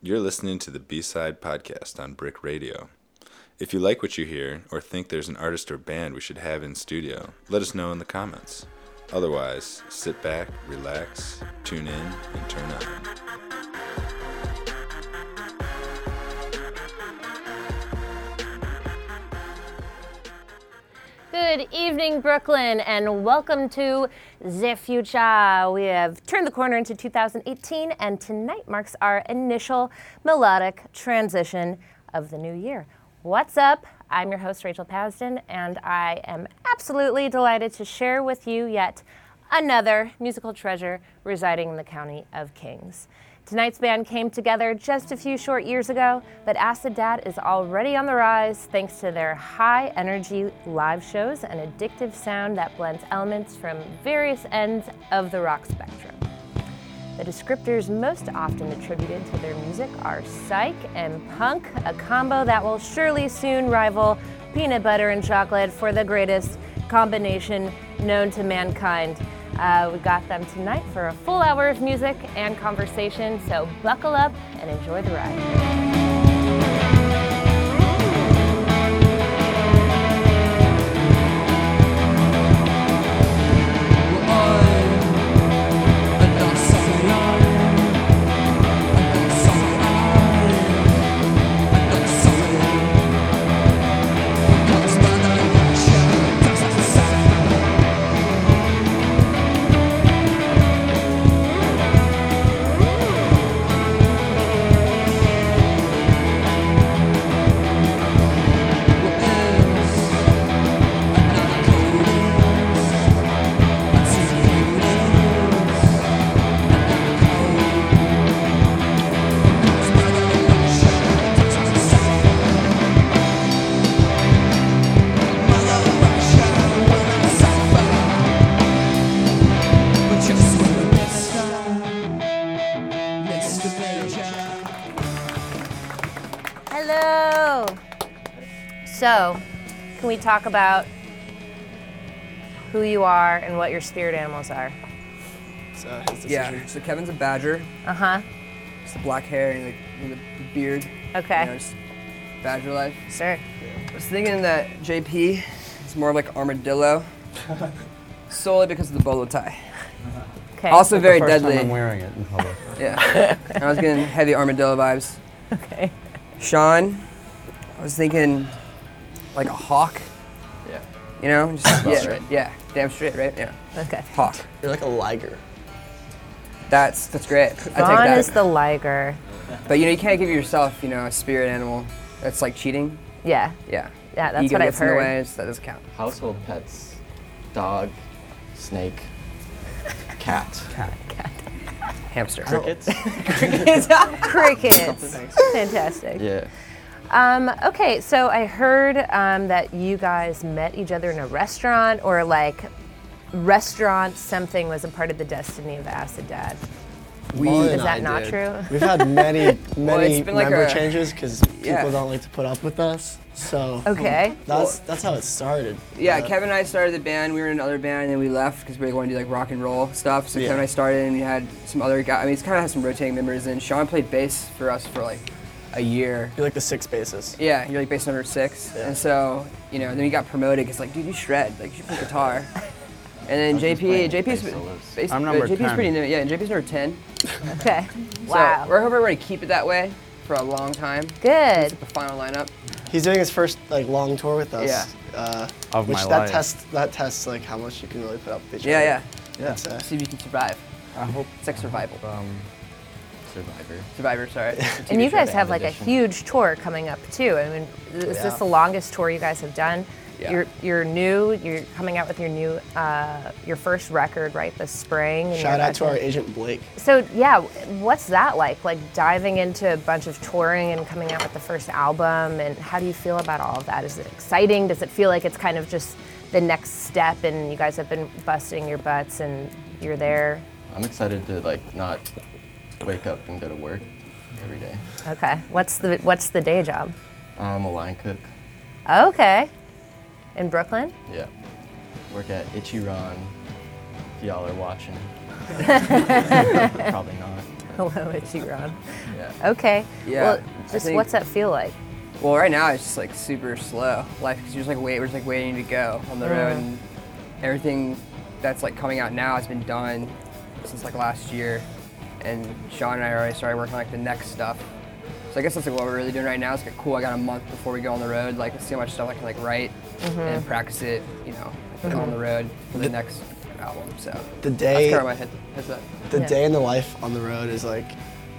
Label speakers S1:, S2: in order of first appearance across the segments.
S1: You're listening to the B Side Podcast on Brick Radio. If you like what you hear or think there's an artist or band we should have in studio, let us know in the comments. Otherwise, sit back, relax, tune in, and turn on.
S2: Good evening, Brooklyn, and welcome to the future. We have turned the corner into 2018, and tonight marks our initial melodic transition of the new year. What's up? I'm your host, Rachel Pasden, and I am absolutely delighted to share with you yet another musical treasure residing in the County of Kings. Tonight's band came together just a few short years ago, but Acid Dad is already on the rise thanks to their high energy live shows and addictive sound that blends elements from various ends of the rock spectrum. The descriptors most often attributed to their music are psych and punk, a combo that will surely soon rival peanut butter and chocolate for the greatest combination known to mankind. Uh, we got them tonight for a full hour of music and conversation, so buckle up and enjoy the ride. Hello. So, can we talk about who you are and what your spirit animals are?
S3: So his
S4: Yeah.
S3: decision.
S4: So Kevin's a badger.
S2: Uh huh.
S4: It's the black hair and the, and the beard.
S2: Okay.
S4: You know, just badger life.
S2: Sure.
S4: I was thinking that JP is more like armadillo, solely because of the bolo tie.
S2: Okay.
S4: Also very
S5: First time I'm
S4: deadly.
S5: wearing it in public.
S4: Yeah. I was getting heavy armadillo vibes.
S2: Okay.
S4: Sean, I was thinking like a hawk.
S3: Yeah.
S4: You know, just yeah,
S3: straight.
S4: yeah, damn straight, right? Yeah,
S2: Okay.
S4: hawk.
S3: You're like a liger.
S4: That's that's great. I take
S2: Vaughn
S4: that.
S2: is the liger.
S4: but you know, you can't give yourself, you know, a spirit animal. That's like cheating.
S2: Yeah.
S4: Yeah.
S2: Yeah, that's
S4: Ego
S2: what I've
S4: gets in the
S2: heard.
S4: way, so that doesn't count.
S3: Household pets, dog, snake, cat,
S4: Hamster.
S3: crickets.
S2: Crickets. Fantastic.
S3: yeah.
S2: Um, okay, so I heard um, that you guys met each other in a restaurant, or like restaurant something was a part of the destiny of Acid Dad.
S3: We,
S2: Is that not true?
S6: We've had many, many
S4: been like
S6: member
S4: a-
S6: changes because people
S4: Yeah.
S6: don't like to put up with us. So
S2: Okay.
S6: that's that's how it started.
S4: Yeah,
S6: Uh,
S4: Kevin and I started the band. We were in another band, and then we left because we were going to do like rock and roll stuff. So
S6: Yeah.
S4: Kevin and I started, and we had some other guys. I mean, it's kind of had some rotating members. And Sean played bass for us for like a year.
S6: You're like the six bases.
S4: Yeah, you're like bass number six.
S6: Yeah.
S4: And so, you know, then he got promoted. It's like, dude, you shred. Like, you should play guitar. And then JP, JP's
S3: bass solos.
S4: bass, uh,
S5: I'm number
S4: JP's
S5: 10.
S4: pretty new. Yeah, JP's number ten.
S2: Okay.
S4: So
S2: Wow.
S4: we're hoping we're gonna keep it that way for a long time.
S2: Good.
S4: The final lineup.
S6: He's doing his first like long tour with us.
S4: Yeah.
S6: Uh,
S5: Of
S6: which
S5: my
S6: that
S5: life.
S6: tests that tests like how much you can really put up with each
S4: Yeah,
S6: other.
S4: yeah.
S6: yeah. It's, uh,
S4: See if you can survive.
S5: I hope
S4: It's like survival.
S5: um,
S3: Survivor.
S4: Survivor, sorry.
S2: And you
S3: show,
S2: guys
S3: the
S2: have
S3: end
S2: like a
S3: edition.
S2: huge tour coming up too. I mean, is
S6: Yeah.
S2: this the longest tour you guys have done?
S4: Yeah.
S2: You're you're new. You're coming out with your new uh, your first record right this spring. and you're
S6: Shout
S2: about
S6: out to our agent Blake.
S2: So yeah, what's that like? Like diving into a bunch of touring and coming out with the first album, and how do you feel about all of that? Is it exciting? Does it feel like it's kind of just the next step, and you guys have been busting your butts, and you're there?
S3: I'm excited to like not wake up and go to work every day.
S2: Okay, what's the what's the day job?
S3: I'm a line cook.
S2: Okay, in Brooklyn.
S3: Yeah. Work at Ichiran. If y'all are watching. Probably not. but-
S2: Hello, Ichiron.
S3: Yeah.
S2: Okay.
S4: Yeah,
S2: Well,
S4: I
S2: just
S4: think-
S2: what's that feel like?
S4: Well, right now it's just like super slow. Like 'cause you're just like wait, we're just like waiting to go on the road,
S2: Mm.
S4: and everything that's like coming out now has been done since like last year. And Sean and I already started working on like the next stuff. So I guess that's like what we're really doing right now. It's like cool. I got a month before we go on the road. Like let's see how much stuff I can like write
S2: Mm-hmm.
S4: and practice it. You know, like, on the road for the next album. So
S6: The
S4: that's
S6: day,
S4: kind of my head, head's up.
S6: the
S2: Yeah.
S6: day in the life on the road is like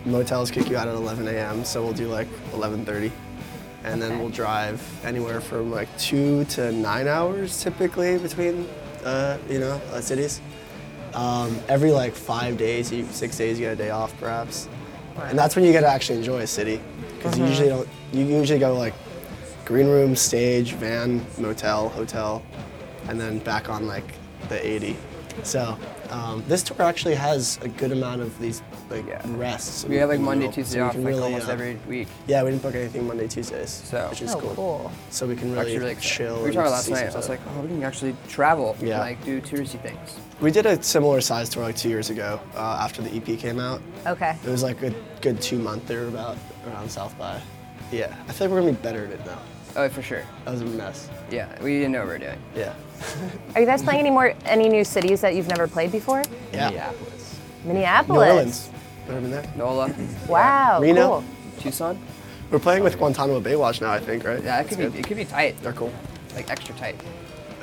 S6: motels kick you out at 11 a.m. So we'll do like 11:30, and then
S2: Okay.
S6: we'll drive anywhere from like two to nine hours typically between, uh, you know, uh, cities. Um, every like five days, you, six days, you get a day off perhaps, and that's when you get to actually enjoy a city because you usually don't. You usually go like green room, stage, van, motel, hotel, and then back on like the 80. So um, this tour actually has a good amount of these like
S4: Yeah.
S6: rests.
S4: We have like
S6: in the
S4: Monday,
S6: middle, so
S4: Tuesday
S6: we
S4: off
S6: can
S4: like
S6: really,
S4: almost
S6: uh,
S4: every week.
S6: Yeah, we didn't book anything Monday, Tuesdays,
S4: So-
S6: which is
S2: oh,
S6: cool.
S2: cool.
S6: So we can really,
S4: actually really cool.
S6: chill.
S4: We were
S6: and
S4: talking about last
S6: see
S4: night.
S6: some
S4: I was
S6: stuff.
S4: like, oh, we can actually travel. and,
S6: Yeah.
S4: like do touristy things.
S6: we did a similar size tour like two years ago uh, after the EP came out.
S2: Okay.
S6: It was like a good two month there about around South by. Yeah, I feel like we're gonna be better at it now.
S4: Oh, for sure.
S6: That was a mess.
S4: Yeah, we didn't know what we were doing.
S6: Yeah.
S2: Are you guys playing any more any new cities that you've never played before?
S6: Yeah.
S3: Minneapolis.
S6: New
S2: Minneapolis.
S6: Orleans. Never been there.
S4: NOLA,
S2: Wow.
S6: Reno.
S2: Cool.
S4: Tucson.
S6: We're playing with Guantanamo Baywatch now, I think, right?
S4: Yeah, it could
S6: That's
S4: be.
S6: good.
S4: It could be tight.
S6: They're cool.
S4: Like extra tight.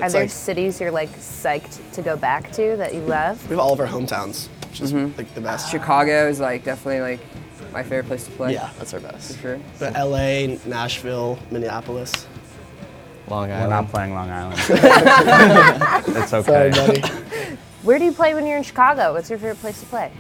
S2: Are
S6: It's
S2: there
S6: like-
S2: cities you're like psyched to go back to that you love?
S6: We have all of our hometowns, which is like the best.
S4: Mm-hmm. Chicago is like definitely like my favorite place to play.
S6: Yeah, that's our best.
S4: For sure.
S6: But LA, Nashville, Minneapolis.
S3: Long
S5: We're not
S3: Island.
S5: playing Long Island. it's
S6: Sorry,
S5: okay.
S6: buddy.
S2: Where do you play when you're in Chicago? What's your favorite place to play?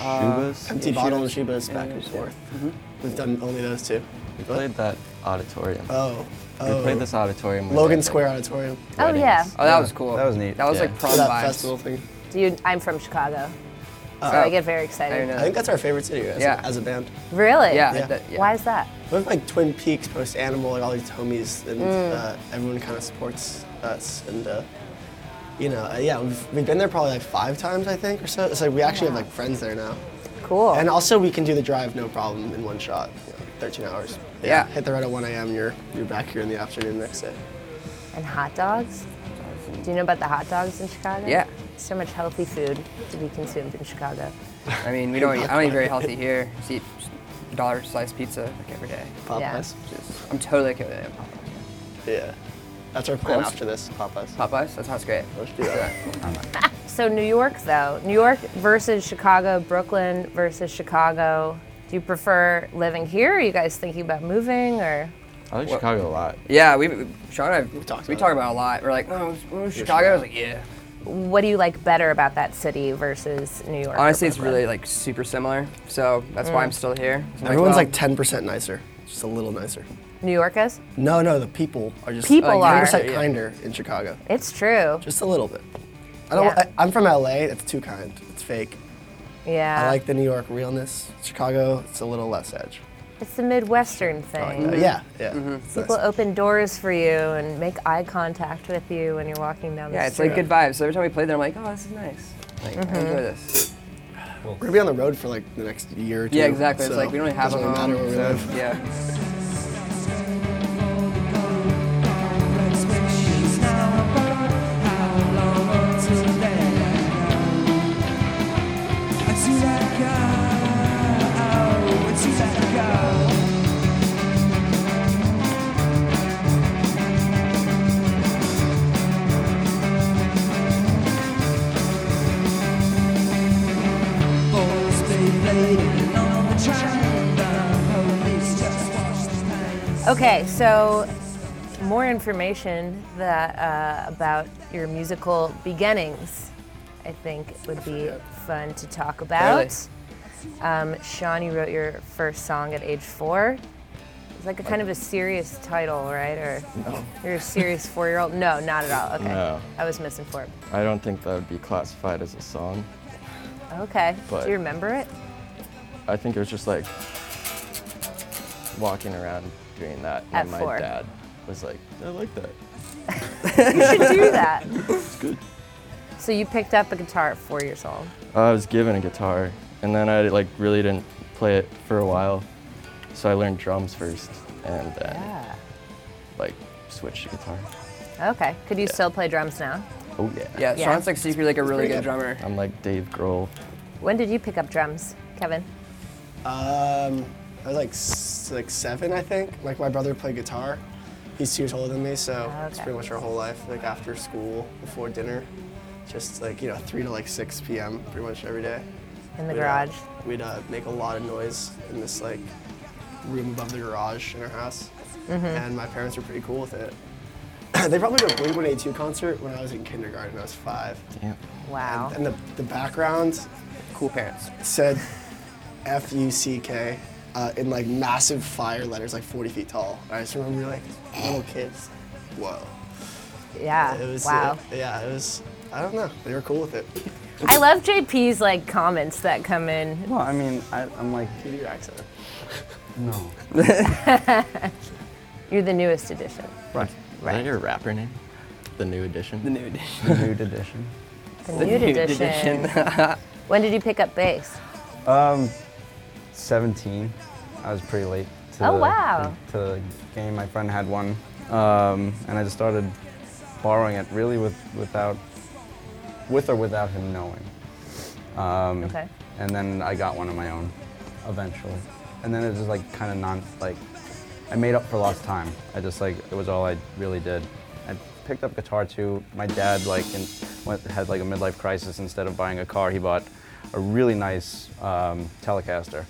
S6: Uh,
S3: Shubas?
S6: Empty bottle and Shibas back
S4: Yeah,
S6: and
S4: yeah. Mm-hmm.
S6: forth. We've done only those two.
S3: We played that auditorium.
S6: Oh.
S3: We
S6: Oh.
S3: played this auditorium. with,
S6: Logan
S3: like,
S6: Square Auditorium.
S2: Oh, yeah.
S3: weddings.
S4: Oh, that was cool.
S5: that was neat.
S4: That was
S3: Yeah.
S4: like prom
S6: For that
S4: vibes.
S6: festival thing.
S2: Do you, I'm from Chicago, so I get very
S4: Uh, I
S2: excited.
S4: know.
S6: I think that's our favorite city as,
S4: Yeah.
S6: a, as a band.
S2: Really?
S4: Yeah.
S6: Yeah.
S4: that- yeah.
S2: Why is that?
S6: We have like Twin Peaks, Post Animal, like all these homies, and uh, everyone kind of supports us. And uh, you know, uh, yeah, we've, we've been there probably like five times, I think, or so. So we actually have like friends there now.
S2: Cool.
S6: And also, we can do the drive no problem in one shot, you know, 13 hours.
S4: Yeah.
S6: Hit the road at 1 a.m. You're you're back here in the afternoon next day.
S2: And hot dogs? Do you know about the hot dogs in Chicago?
S4: Yeah.
S2: So much healthy food to be consumed in Chicago.
S4: I mean, we don't. eat- I don't eat very healthy here. Just eat dollar sliced pizza like every day.
S6: Popeyes.
S4: Just, I'm totally okay with it. Popeyes.
S6: Yeah. That's our plan
S4: Cool.
S6: after this. Popeyes.
S4: Popeyes. That sounds great.
S6: Let's do that.
S2: So New York, though, New York versus Chicago, Brooklyn versus Chicago. Do you prefer living here? Are you guys thinking about moving, or
S3: I like Chicago a lot.
S4: Yeah, we Sean and I we
S6: talked
S4: talked about,
S6: about it.
S4: it a lot. We're like, oh, we're in Chicago. I was like, yeah.
S2: what do you like better about that city versus New York? or
S4: Honestly, it's
S2: Brooklyn?
S4: really like super similar. So that's why I'm still here. So I'm
S6: Everyone's
S4: well,
S6: like 10% nicer, just a little nicer.
S2: New York is.
S6: No, no, the people are just
S2: People
S6: like,
S2: are.
S6: 10% kinder in Chicago.
S2: It's true.
S6: Just a little bit. I don't.
S2: Yeah.
S6: I, I'm from LA. It's too kind. It's fake.
S2: Yeah.
S6: I like the New York realness. Chicago, it's a little less edge.
S2: It's the Midwestern thing.
S6: I like that. Yeah, yeah.
S4: Mm-hmm.
S6: It's nice.
S2: Mm-hmm. People uh, open doors for you and make eye contact with you when you're walking down the
S4: yeah, it's
S2: street.
S4: like good vibes. So every time we play there, I'm like, oh, this is nice. Like I enjoy
S2: mm-hmm.
S4: this.
S6: We're gonna be on the road for like the next year or two.
S4: Yeah, exactly. It's like we don't really
S6: so
S4: have a
S6: doesn't really
S4: home.
S6: matter where we
S4: so,
S6: live.
S4: Yeah.
S2: Okay, so more information that uh, about your musical beginnings, I think would be fun to talk about. Um, Sean, you wrote your first song at age four. It's like a kind of a serious title, right? Or you're a serious four-year-old? No, not at all. Okay,
S3: No.
S2: I was misinformed.
S3: I don't think that would be classified as a song.
S2: Okay,
S3: But-
S2: do you remember it?
S3: I think it was just like walking around doing that. And
S2: At
S3: my
S2: four.
S3: dad was like, I like that.
S2: You should do that. it's good. So you picked up a guitar at four years old.
S3: I was Uh, given a guitar and then I like really didn't play it for a while. So I learned drums first, and then
S2: Yeah.
S3: like switched to guitar.
S2: Okay. Could you still play drums now?
S3: Oh yeah.
S4: Yeah,
S2: Yeah.
S4: Sean's like secretly like a really good drummer.
S3: I'm like Dave Grohl.
S2: When did you pick up drums, Kevin?
S6: Um, I was like s- like seven, I think. Like my brother played guitar. He's two years older than me, so it's
S2: Ah, Okay.
S6: pretty much our whole life. Like after school, before dinner, just like you know, three to like six p.m. pretty much every day.
S2: In the
S6: We'd, uh,
S2: garage.
S6: We'd uh, make a lot of noise in this like room above the garage in our house,
S2: Mm-hmm.
S6: and my parents were pretty cool with it. they brought me to a Blink 182 concert when I was in kindergarten. I was five,
S3: Yeah.
S2: Wow.
S6: and the the background
S4: Cool parents.
S6: said F U C K uh, in like massive fire letters, like 40 feet tall. I just remember like little kids. Whoa.
S2: yeah.
S6: It was.
S2: wow.
S6: uh, yeah, it was. I don't know. They were cool with it.
S2: I love JP's like comments that come in.
S5: Well, I mean, I, I'm like,
S6: Give me your accent.
S5: no.
S2: You're the newest edition.
S5: Right.
S3: Is that your rapper name? The New Edition.
S4: The new edition.
S5: Nude edition.
S2: The nude edition. when did you pick up bass?
S5: 17. I was pretty late to,
S2: Oh,
S5: the,
S2: wow.
S5: to the game. My friend had one, um, and I just started borrowing it really with, without, with or without him knowing. Um,
S2: Okay.
S5: And then I got one of my own, eventually. And then it was just like kind of non, like, I made up for lost time. I just like it was all I really did. I picked up guitar too. My dad like in, went, had like a midlife crisis. Instead of buying a car, he bought a really nice um, Telecaster,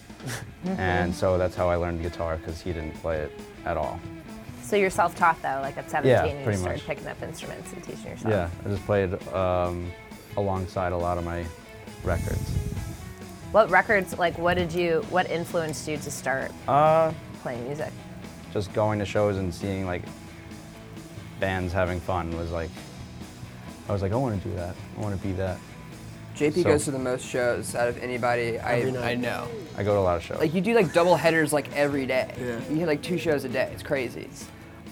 S5: and so that's how I learned guitar because he didn't play it at all.
S2: So you're self-taught though, like at 17 you
S5: pretty
S2: started
S5: much.
S2: picking up instruments and teaching yourself.
S5: Yeah, I just played um, alongside a lot of my records.
S2: What records, like what did you, what influenced you to start
S5: Uh,
S2: playing music?
S5: Just going to shows and seeing like bands having fun was like, I was like, I want to do that. I want to be that.
S4: JP
S5: So-
S4: goes to the most shows out of anybody I,
S6: Every night.
S4: I know.
S5: I go to a lot of shows.
S4: Like you do like double headers like every day.
S6: Yeah.
S4: You hit like two shows a day. It's crazy.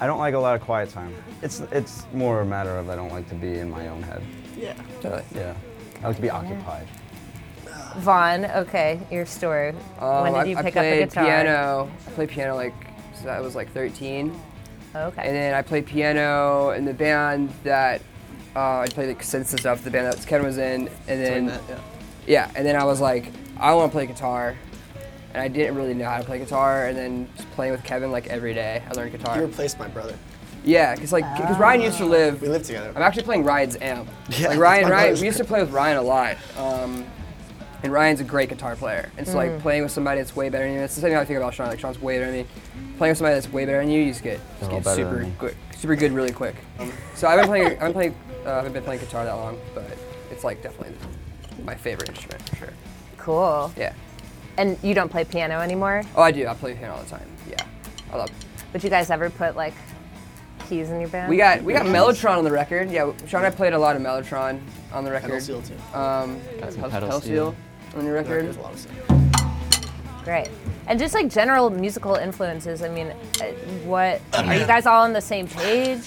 S5: I don't like a lot of quiet time. It's it's more a matter of I don't like to be in my own head.
S6: Yeah.
S4: Totally.
S5: Yeah. I like to be occupied.
S2: Vaughn, okay, your story. when
S4: Um,
S2: did
S4: I,
S2: you
S4: I
S2: pick up
S4: played
S2: a guitar?
S4: piano. I played piano like so I was like 13.
S2: Okay.
S4: And then I played piano in the band that uh, I played like synths and stuff. The band that Ken was in, and then
S2: Uh,
S6: that, yeah.
S4: yeah, and then I was like, I want to play guitar, and I didn't really know how to play guitar. And then just playing with Kevin like every day, I learned guitar.
S6: You replaced my brother.
S4: Yeah, because like because Ryan used to live.
S6: We lived together.
S2: Oh,
S4: I'm actually playing Ryan's amp.
S6: Yeah,
S4: like Ryan,
S6: my
S4: Ryan,
S6: brother's-
S4: we used to play with Ryan a lot. Um, and Ryan's a great guitar player. And so like playing with somebody that's way better than you. That's the same thing I think about Sean. Like Sean's way better than me. Playing with somebody that's way better than you, you just get, just
S5: They're all
S4: get
S5: better than
S4: super
S5: me.
S4: good, super good really quick. Um, so I've been playing, I'm playing, uh, I haven't been playing guitar that long, but it's like definitely my favorite instrument for sure.
S2: cool.
S4: Yeah.
S2: And you don't play piano anymore?
S4: Oh, I do. I play piano all the time. Yeah, I love.
S2: Would you guys ever put like keys in your band?
S4: We got we got Mellotron on the record. Yeah, Sean and I played a lot of Mellotron on the record.
S6: Pedal seal too.
S2: Uh,
S4: Um,
S3: Got some
S4: pedal,
S3: pedal
S4: pedal
S3: steel.
S4: steel on your
S6: There
S4: record.
S6: was a lot of stuff.
S2: Great. And just like general musical influences, I mean, uh, what are you guys all on the same page?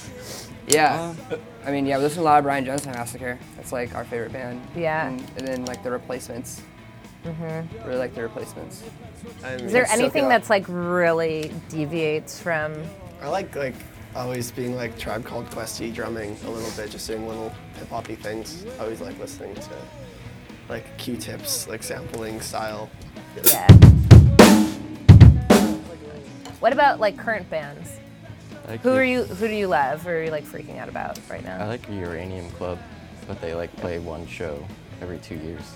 S4: Yeah. I mean, yeah, we listen to a lot of Brian Jonestown Massacre. That's like our favorite band.
S2: Yeah.
S4: And, and then like the Replacements. Mm-hmm. Really like the Replacements.
S6: I mean,
S2: Is there
S4: Let's soak it
S2: anything
S4: up.
S2: that's like really deviates from?
S6: I like like always being like Tribe Called Questy drumming a little bit, just doing little hip hoppy things. I always like listening to like Q-tips, like sampling style.
S2: Yeah. What about like current bands?
S3: I like
S2: Who
S3: the-
S2: are you? Who do you love? Who are you like freaking out about right
S3: I
S2: now?
S3: like the Uranium Club, but they like play one show every two years.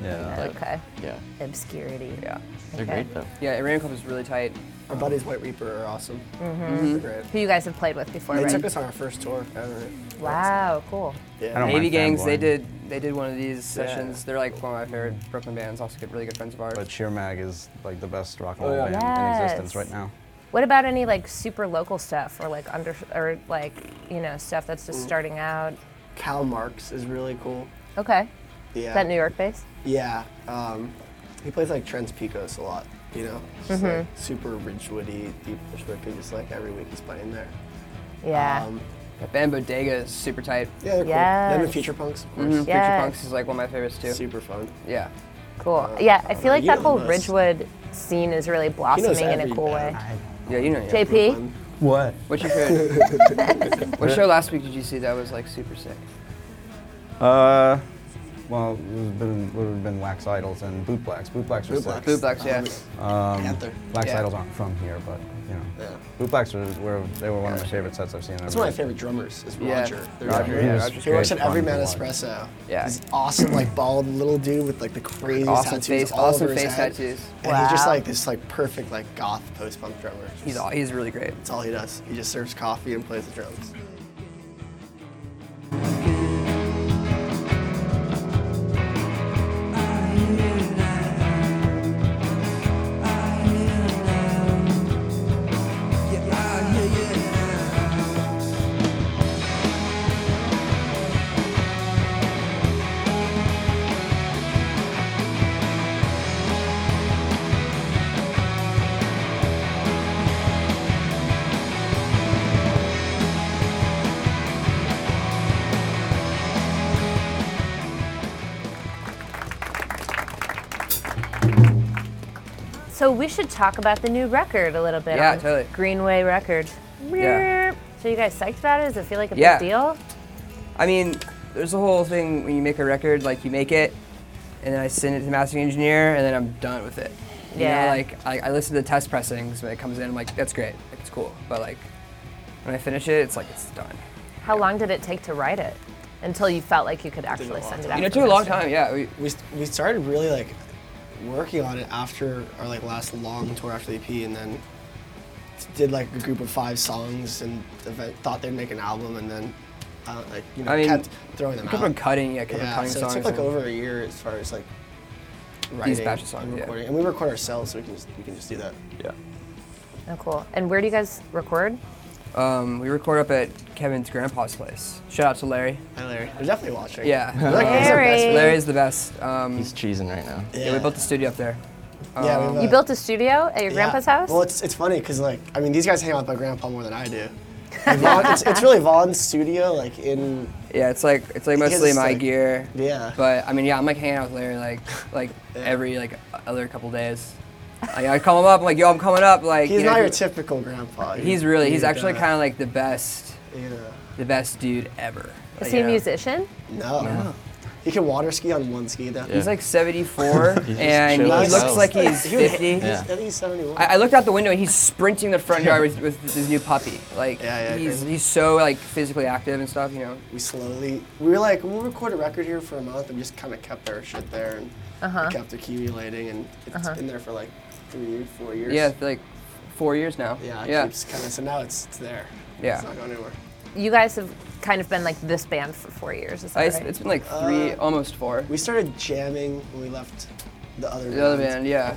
S5: Yeah.
S3: Like,
S2: okay.
S3: Yeah.
S2: Obscurity.
S4: Yeah.
S3: They're
S2: Okay.
S3: great though.
S4: Yeah, Iranian Club is really tight.
S6: Our buddies White Reaper are awesome. Mm-hmm. They're great.
S2: Who you guys have played with before?
S6: They
S2: right?
S6: took us on our first tour ever.
S2: Wow. Cool.
S6: Yeah.
S5: I don't
S4: Navy
S5: mind
S4: Gangs, they
S5: fanboying.
S4: did they did one of these sessions. They're like one of my favorite Brooklyn bands. Also, good, really good friends of ours.
S5: But Sheer Mag is like the best rock and roll
S4: Oh, yeah.
S5: band in existence
S2: Yes.
S5: right now.
S2: What about any like super local stuff or like under or like you know stuff that's
S6: Mm.
S2: just starting out?
S6: Cal Marx is really cool.
S2: Okay.
S6: Yeah.
S2: Is that New York based?
S6: Yeah. Um, he plays like Trent's Picos a lot, you know? Just like
S2: Mm-hmm.
S6: super Ridgewoody, deep Ridgewood Picos, like every week he's playing there.
S2: Yeah.
S6: Um,
S4: But Band Bodega is super tight.
S6: yeah, they're cool. Them and
S2: Yes. Mm-hmm.
S6: Future Punks, of course.
S4: Mhm. Future
S2: Yes.
S4: Punks is like one of my favorites too.
S6: Super fun.
S4: Yeah.
S2: Cool.
S6: uh,
S2: Yeah, I feel like
S6: you
S2: that
S6: know
S2: whole
S6: most.
S2: Ridgewood scene is really blossoming in a
S6: every
S2: cool way.
S4: Yeah, you know. Yeah.
S2: JP,
S5: What?
S4: What's your favorite? what show last week did you see that was like super sick?
S5: Uh, well, it would've been, would have been Wax Idols and Bootblacks. Bootblacks were
S6: Bootblacks.
S5: sick.
S4: Blue Blacks, yeah.
S6: Panther.
S5: Wax
S4: Yeah.
S5: Idols aren't from here, but you know,
S6: Yeah.
S5: Bootblacks were, were they were one of my favorite sets I've seen.
S6: That's one of my favorite drummers is
S4: Yeah.
S6: Roger. Their
S5: Roger,
S6: drummer.
S5: yeah,
S4: Roger's
S6: He works at
S5: great
S6: Every
S5: fun
S6: Man
S5: to watch.
S6: Espresso.
S4: Yeah.
S6: He's awesome, like bald little dude with like the craziest
S4: Awesome
S6: tattoos
S4: face,
S6: all
S4: awesome
S6: over his
S4: face
S6: head.
S4: tattoos.
S6: And he's just
S2: Wow.
S6: like this like perfect like goth post punk drummer.
S4: He's all, he's really great.
S6: That's all he does. He just serves coffee and plays the drums.
S2: so we should talk about the new record a little bit.
S4: Yeah,
S2: on
S4: totally.
S2: Greenway record.
S4: Yeah.
S2: So you guys psyched about it? Does it feel like a
S4: Yeah.
S2: big deal?
S4: I mean, there's a whole thing when you make a record, like you make it, and then I send it to the mastering engineer, and then I'm done with it. You
S2: Yeah.
S4: Know, like I, I listen to the test pressings when it comes in. I'm like, that's great, like, it's cool. But like when I finish it, it's like it's done.
S2: How long did it take to write it? Until you felt like you could actually
S6: long
S2: send it
S6: time.
S2: out.
S4: You know, it
S2: for
S4: took a long
S2: mastering.
S4: time. Yeah. We,
S6: We, we started really like working on it after our like last long tour after the EP and then did like a group of five songs and event, thought they'd make an album and then uh, like you know
S4: I mean,
S6: kept throwing them
S4: kept
S6: out.
S4: on cutting. Yeah. Kept on
S6: yeah,
S4: cutting
S6: so
S4: songs.
S6: it took like
S4: and-
S6: over a year as far as like writing
S4: batch of songs,
S6: and
S4: yeah.
S6: recording, and we record ourselves, so we can just, we can just do that.
S5: Yeah.
S2: Oh, cool. And where do you guys record?
S4: Um, we record up at Kevin's grandpa's place. Shout out to Larry.
S6: Hi Larry, they're definitely watching.
S4: Yeah.
S6: Like,
S4: Um,
S6: he's our best
S2: Larry.
S6: friend.
S4: Larry's the best. Um,
S3: He's cheesing right now.
S4: yeah. we Um, built the studio up there.
S6: Yeah, we have a-
S2: You built a studio at your
S6: Uh, Yeah.
S2: grandpa's house?
S6: Well, it's, it's funny because like I mean these guys hang out with my grandpa more than I do. Like, Vaughn- it's, it's really Vaughn's studio, like in
S4: Yeah, it's like it's like
S6: He has
S4: mostly
S6: this,
S4: my
S6: like-
S4: gear.
S6: yeah.
S4: But I mean, yeah, I'm like hanging out with Larry like like
S6: Yeah.
S4: every like other couple days. Like, I call him up, I'm like, yo, I'm coming up. Like
S6: he's
S4: you know,
S6: not your
S4: he-
S6: typical grandpa.
S4: He's really he's actually kind of like the best
S6: of yeah.
S4: the best dude ever.
S2: Is
S4: Like,
S2: he a
S4: yeah.
S2: musician?
S6: no. He can water ski on one ski though.
S4: He's like 74 and he
S3: chill
S6: as
S4: looks
S6: hell.
S4: like he's
S6: He was-
S4: 50.
S6: He's,
S3: Yeah.
S6: I think he's 71.
S4: I, I looked out the window and he's sprinting the front yard with, with his new puppy. Like
S6: Yeah, yeah,
S4: he's
S6: crazy.
S4: he's so like physically active and stuff, you know.
S6: we slowly we were like we'll record a record here for a month and we just kind of kept our shit there and it kept accumulating and it's been there for like three four years
S4: Yeah, for, like four years now.
S6: yeah it
S4: yeah.
S6: keeps kind of so now it's, it's there
S4: Yeah.
S6: it's not going anywhere
S2: You guys have kind of been like this band for four years. Is that
S4: I- it's-
S2: right?
S4: it's been like three, almost four.
S6: Uh, we started jamming when we left the other
S4: The other band, yeah.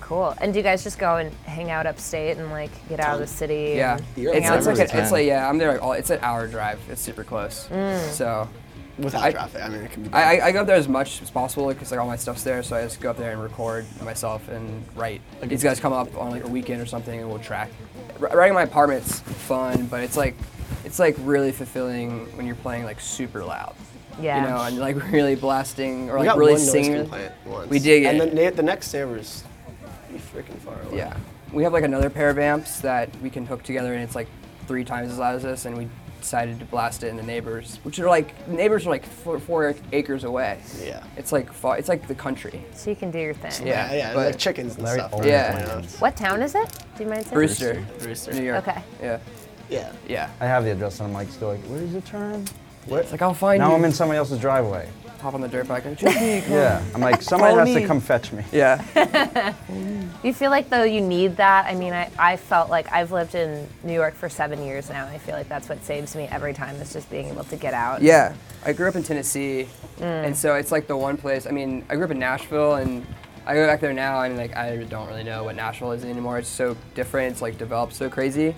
S2: Cool. And do you guys just go and hang out upstate and like get out of the city?
S4: Um, Yeah,
S2: and-
S6: You're
S4: it's,
S2: up
S4: it's
S2: there
S4: like
S3: every
S4: a, it's
S3: time.
S4: like yeah, I'm there like all. It's an hour drive. It's super close.
S6: Mm.
S4: So
S6: without
S4: I-
S6: traffic i mean it can be
S4: I, I- I go up there as much as possible because like all my stuff's there. So I just go up there and record myself and write. These guys come up on like a weekend or something and we'll track. R- writing in my apartment's fun, but it's like it's like really fulfilling when you're playing like super loud.
S2: Yeah.
S4: You know, and like really blasting or
S6: we
S4: like
S6: got
S4: really
S6: one noise
S4: singing.
S6: complaint once.
S4: We did
S6: and
S4: get-
S6: then na- the next day was pretty freaking far away
S4: Yeah. We have like another pair of amps that we can hook together and it's like three times as loud as this and we decided to blast it in the neighbors, which are like neighbors are like four, four acres away.
S6: Yeah.
S4: It's like far, it's like the country.
S2: So you can do your thing.
S4: Yeah.
S6: yeah, yeah
S4: but-
S6: like chickens and
S5: Larry
S6: stuff.
S5: owns
S4: Yeah.
S5: lands.
S2: What town is it? Do you mind saying?
S4: Brewster,
S6: Brewster.
S4: New York.
S2: Okay.
S4: Yeah.
S6: Yeah.
S4: Yeah.
S5: I have the address, and I'm like, still like, where's the turn?
S4: It's like I'll find
S5: Now
S4: you.
S5: I'm in somebody else's driveway.
S4: Hop on the dirt bike. I'm like,
S5: Yeah. I'm like, somebody
S4: Call
S5: has
S4: me.
S5: to come fetch me.
S4: yeah.
S2: Do you feel like though you need that? I mean, I, I felt like I've lived in New York for seven years now. And I feel like that's what saves me every time is just being able to get out.
S4: Yeah, I grew up in Tennessee, and so it's like the one place. I mean, I grew up in Nashville, and I go back there now, and like I don't really know what Nashville is anymore. It's so different. It's like developed so crazy.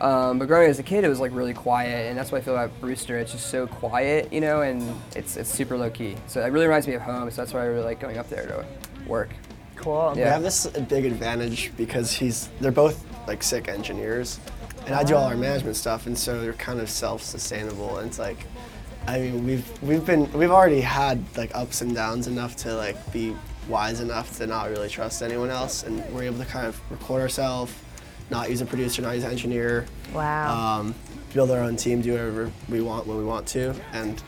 S4: Um, but growing up as a kid, it was like really quiet, and that's what I feel about Brewster. It's just so quiet, you know, and it's it's super low key. So it really reminds me of home. So that's why I really like going up there to work.
S2: Cool.
S4: Yeah.
S6: We Um, have this big advantage because he's they're both like sick engineers, and I do all our management stuff, and so they're kind of self-sustainable. And it's like, I mean, we've we've been we've already had like ups and downs enough to like be wise enough to not really trust anyone else, and we're able to kind of record ourselves, not use a producer, not use an engineer.
S2: Wow.
S6: Um, build our own team, do whatever we want when we want to, and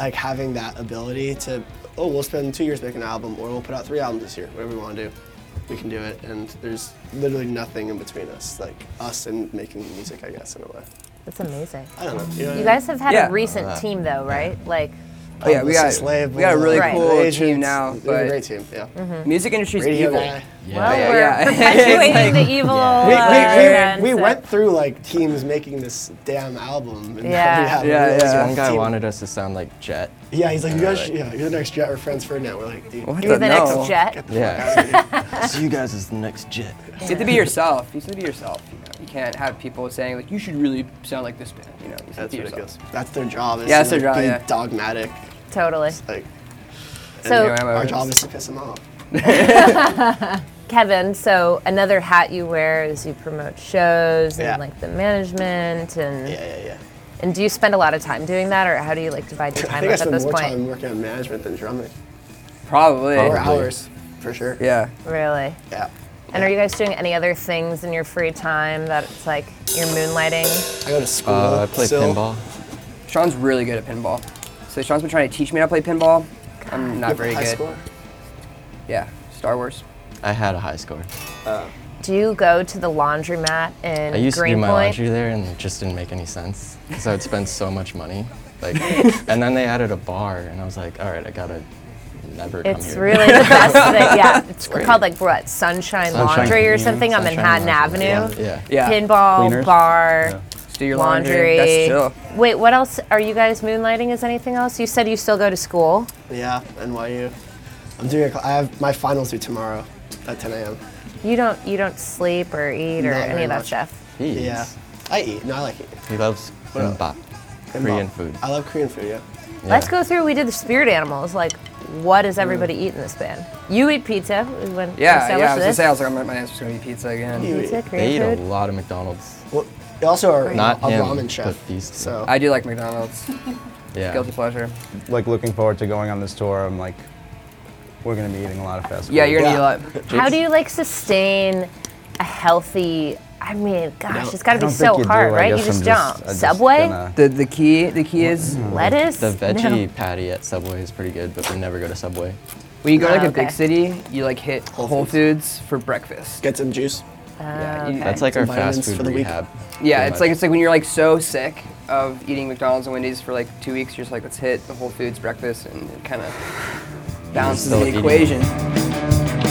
S6: like having that ability to, oh, we'll spend two years making an album, or we'll put out three albums this year, whatever we want to do, we can do it. And there's literally nothing in between us, like us and making music, I guess, in a way.
S2: That's amazing.
S6: I don't know. You, know what I
S2: You
S6: mean?
S2: guys have had
S4: Yeah.
S2: a recent team though, right? Like,
S4: Oh, yeah, we
S6: Publicist
S4: got,
S6: Slave, uh,
S4: we got a really
S2: Right.
S4: cool
S6: Agents,
S4: team now,
S6: we have a great
S4: but
S6: team, yeah.
S2: Mm-hmm.
S4: music industry's
S6: Radio
S4: evil.
S2: Uh,
S6: guy.
S2: well,
S4: yeah,
S2: we're
S4: yeah.
S2: perpetuating the evil.
S6: We, we,
S2: uh,
S6: we-
S2: trend,
S6: we
S2: so-
S6: went through like teams making this damn album. And
S2: Yeah.
S6: we have
S4: Yeah,
S6: really
S4: yeah.
S6: good
S3: One guy
S6: team.
S3: wanted us to sound like Jet.
S6: Yeah, he's like, you guys, yeah, you're the next Jet or Franz Ferdinand. We're like, dude,
S4: What
S6: get
S2: You're the
S4: No.
S2: next jet.
S6: the fuck out of here.
S3: so you guys is the next Jet.
S4: You have to be yourself. You have to be yourself. You, know? you can't have people saying like you should really sound like this band. You know, you have to
S6: That's
S4: be
S6: ridiculous.
S4: yourself.
S6: That's their job. Is
S4: Yeah, that's
S6: to,
S4: their
S6: like,
S4: job,
S6: Be
S4: yeah.
S6: dogmatic.
S2: Totally.
S6: Like,
S2: So,
S4: Anyway,
S6: our
S4: whatever.
S6: job is to piss them off.
S2: Kevin, so another hat you wear is you promote shows and
S6: Yeah.
S2: like the management and
S6: Yeah, yeah, yeah.
S2: and do you spend a lot of time doing that or how do you like divide your
S6: I
S2: time
S6: think I
S2: up at
S6: spend
S2: this
S6: more
S2: point?
S6: time working on management than drumming.
S4: Probably.
S6: More hours, for sure.
S4: Yeah.
S2: Really?
S6: Yeah.
S2: And are you guys doing any other things in your free time that it's like you're moonlighting?
S6: I go to school.
S3: Uh, I play
S6: still.
S3: pinball.
S4: Sean's really good at pinball. So Sean's been trying to teach me how to play pinball. I'm
S6: You
S4: not
S6: have
S4: very
S6: a high
S4: good.
S6: score?
S4: Yeah. Star Wars.
S3: I had a high score.
S2: Do you go to the laundromat in
S3: I used to do my
S2: Greenpoint?
S3: laundry there, and it just didn't make any sense because I would spend so much money. Like, and then they added a bar, and I was like, all right, I gotta never come
S2: It's
S3: here.
S2: really the best thing. Yeah, it's called like what Sunshine,
S3: Sunshine
S2: Laundry or
S3: Laundry.
S2: something on
S3: Sunshine
S2: Manhattan
S3: Laundry,
S2: Avenue.
S3: yeah. Yeah.
S4: Yeah.
S2: Pinball
S5: Cleaners?
S2: bar,
S4: Just do your
S2: laundry.
S4: laundry. That's chill.
S2: Wait, what else are you guys moonlighting? Is anything else? You said you still go to school.
S6: Yeah, NYU. I'm doing. A, cl- I have my finals due tomorrow at 10 a.m.
S2: You don't you don't sleep or eat or
S6: Not
S2: any
S6: very
S2: of that
S6: much.
S2: stuff.
S3: Jeez.
S6: Yeah, I eat. No, I like eating.
S3: He loves kimbap, Korean food.
S6: I love Korean food. Yeah.
S2: Let's go through. We did the spirit animals. Like, what does everybody eat in this band? You eat pizza. We went- we
S4: Mm. Yeah. Yeah. I
S2: established
S4: was gonna
S2: this.
S4: say I was like my, my answer's gonna be pizza
S6: You
S4: again.
S6: eat.
S2: Pizza,
S3: They eat a
S2: Korean food.
S3: lot of McDonald's.
S6: Well, you also are
S3: Not
S6: a
S3: him,
S6: ramen chef.
S3: but these two.
S6: So
S4: I do like McDonald's.
S3: Yeah.
S4: Guilty pleasure.
S5: Like looking forward to going on this tour. I'm like, we're gonna be eating a lot of fast food.
S4: Yeah, you're gonna
S6: Yeah.
S4: eat a lot.
S2: How do you like sustain a healthy? I mean, gosh,
S6: don't-
S2: it's got
S5: I
S2: to be
S5: don't
S2: so
S5: think you
S2: hard,
S5: do. I
S2: right? You
S5: guess
S2: just
S5: I'm
S2: don't.
S5: I just
S2: Subway,
S5: gonna-
S4: The the key the key is
S6: Mm.
S2: lettuce.
S3: The veggie patty at Subway is pretty good, but we never go to Subway.
S4: when you go to like
S2: Ah,
S4: a big
S2: okay.
S4: city, you like hit
S6: Whole
S4: Whole
S6: Foods.
S4: Foods for breakfast.
S6: get some juice.
S4: Yeah, you-
S3: That's like
S6: Some
S3: our fast
S6: vitamins
S3: food
S6: for the week.
S3: rehab.
S4: Yeah,
S3: pretty
S4: it's
S3: much.
S4: like it's like when you're like so sick of eating McDonald's and Wendy's for like two weeks, you're just like let's hit the Whole Foods breakfast and it kind of balances
S3: still
S4: the
S3: eating.
S4: equation.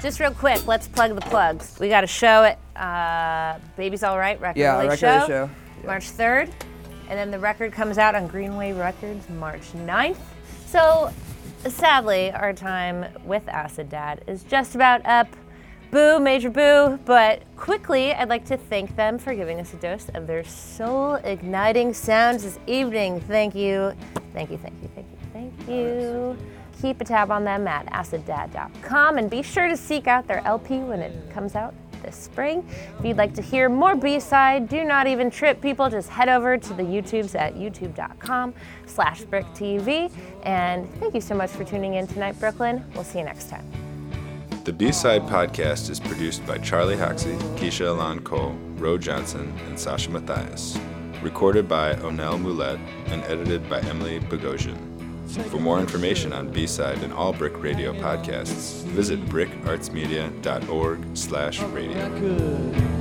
S2: Just real quick, let's plug the plugs. We got a show at uh, Baby's All Right Record
S4: Yeah,
S2: Release
S4: Record Release
S2: Show,
S4: Show.
S2: March 3rd. And then the record comes out on Greenway Records March 9th. So sadly, our time with Acid Dad is just about up. Boo, major boo. But quickly, I'd like to thank them for giving us a dose of their soul igniting sounds this evening. Thank you. Thank you, thank you, thank you, thank you. Keep a tab on them at aciddad.com and be sure to seek out their LP when it comes out this spring. If you'd like to hear more B-side, do not even trip people, just head over to the YouTubes at youtube.com slash bricktv. And thank you so much for tuning in tonight, Brooklyn. We'll see you next time.
S1: The B Side Podcast is produced by Charlie Hoxie, Keisha Alon Cole, Roe Johnson, and Sasha Matthias. Recorded by Onel Moulet and edited by Emily Bogosian. For more information on B Side and all Brick Radio podcasts, visit brickartsmedia.org slash radio.
S7: good.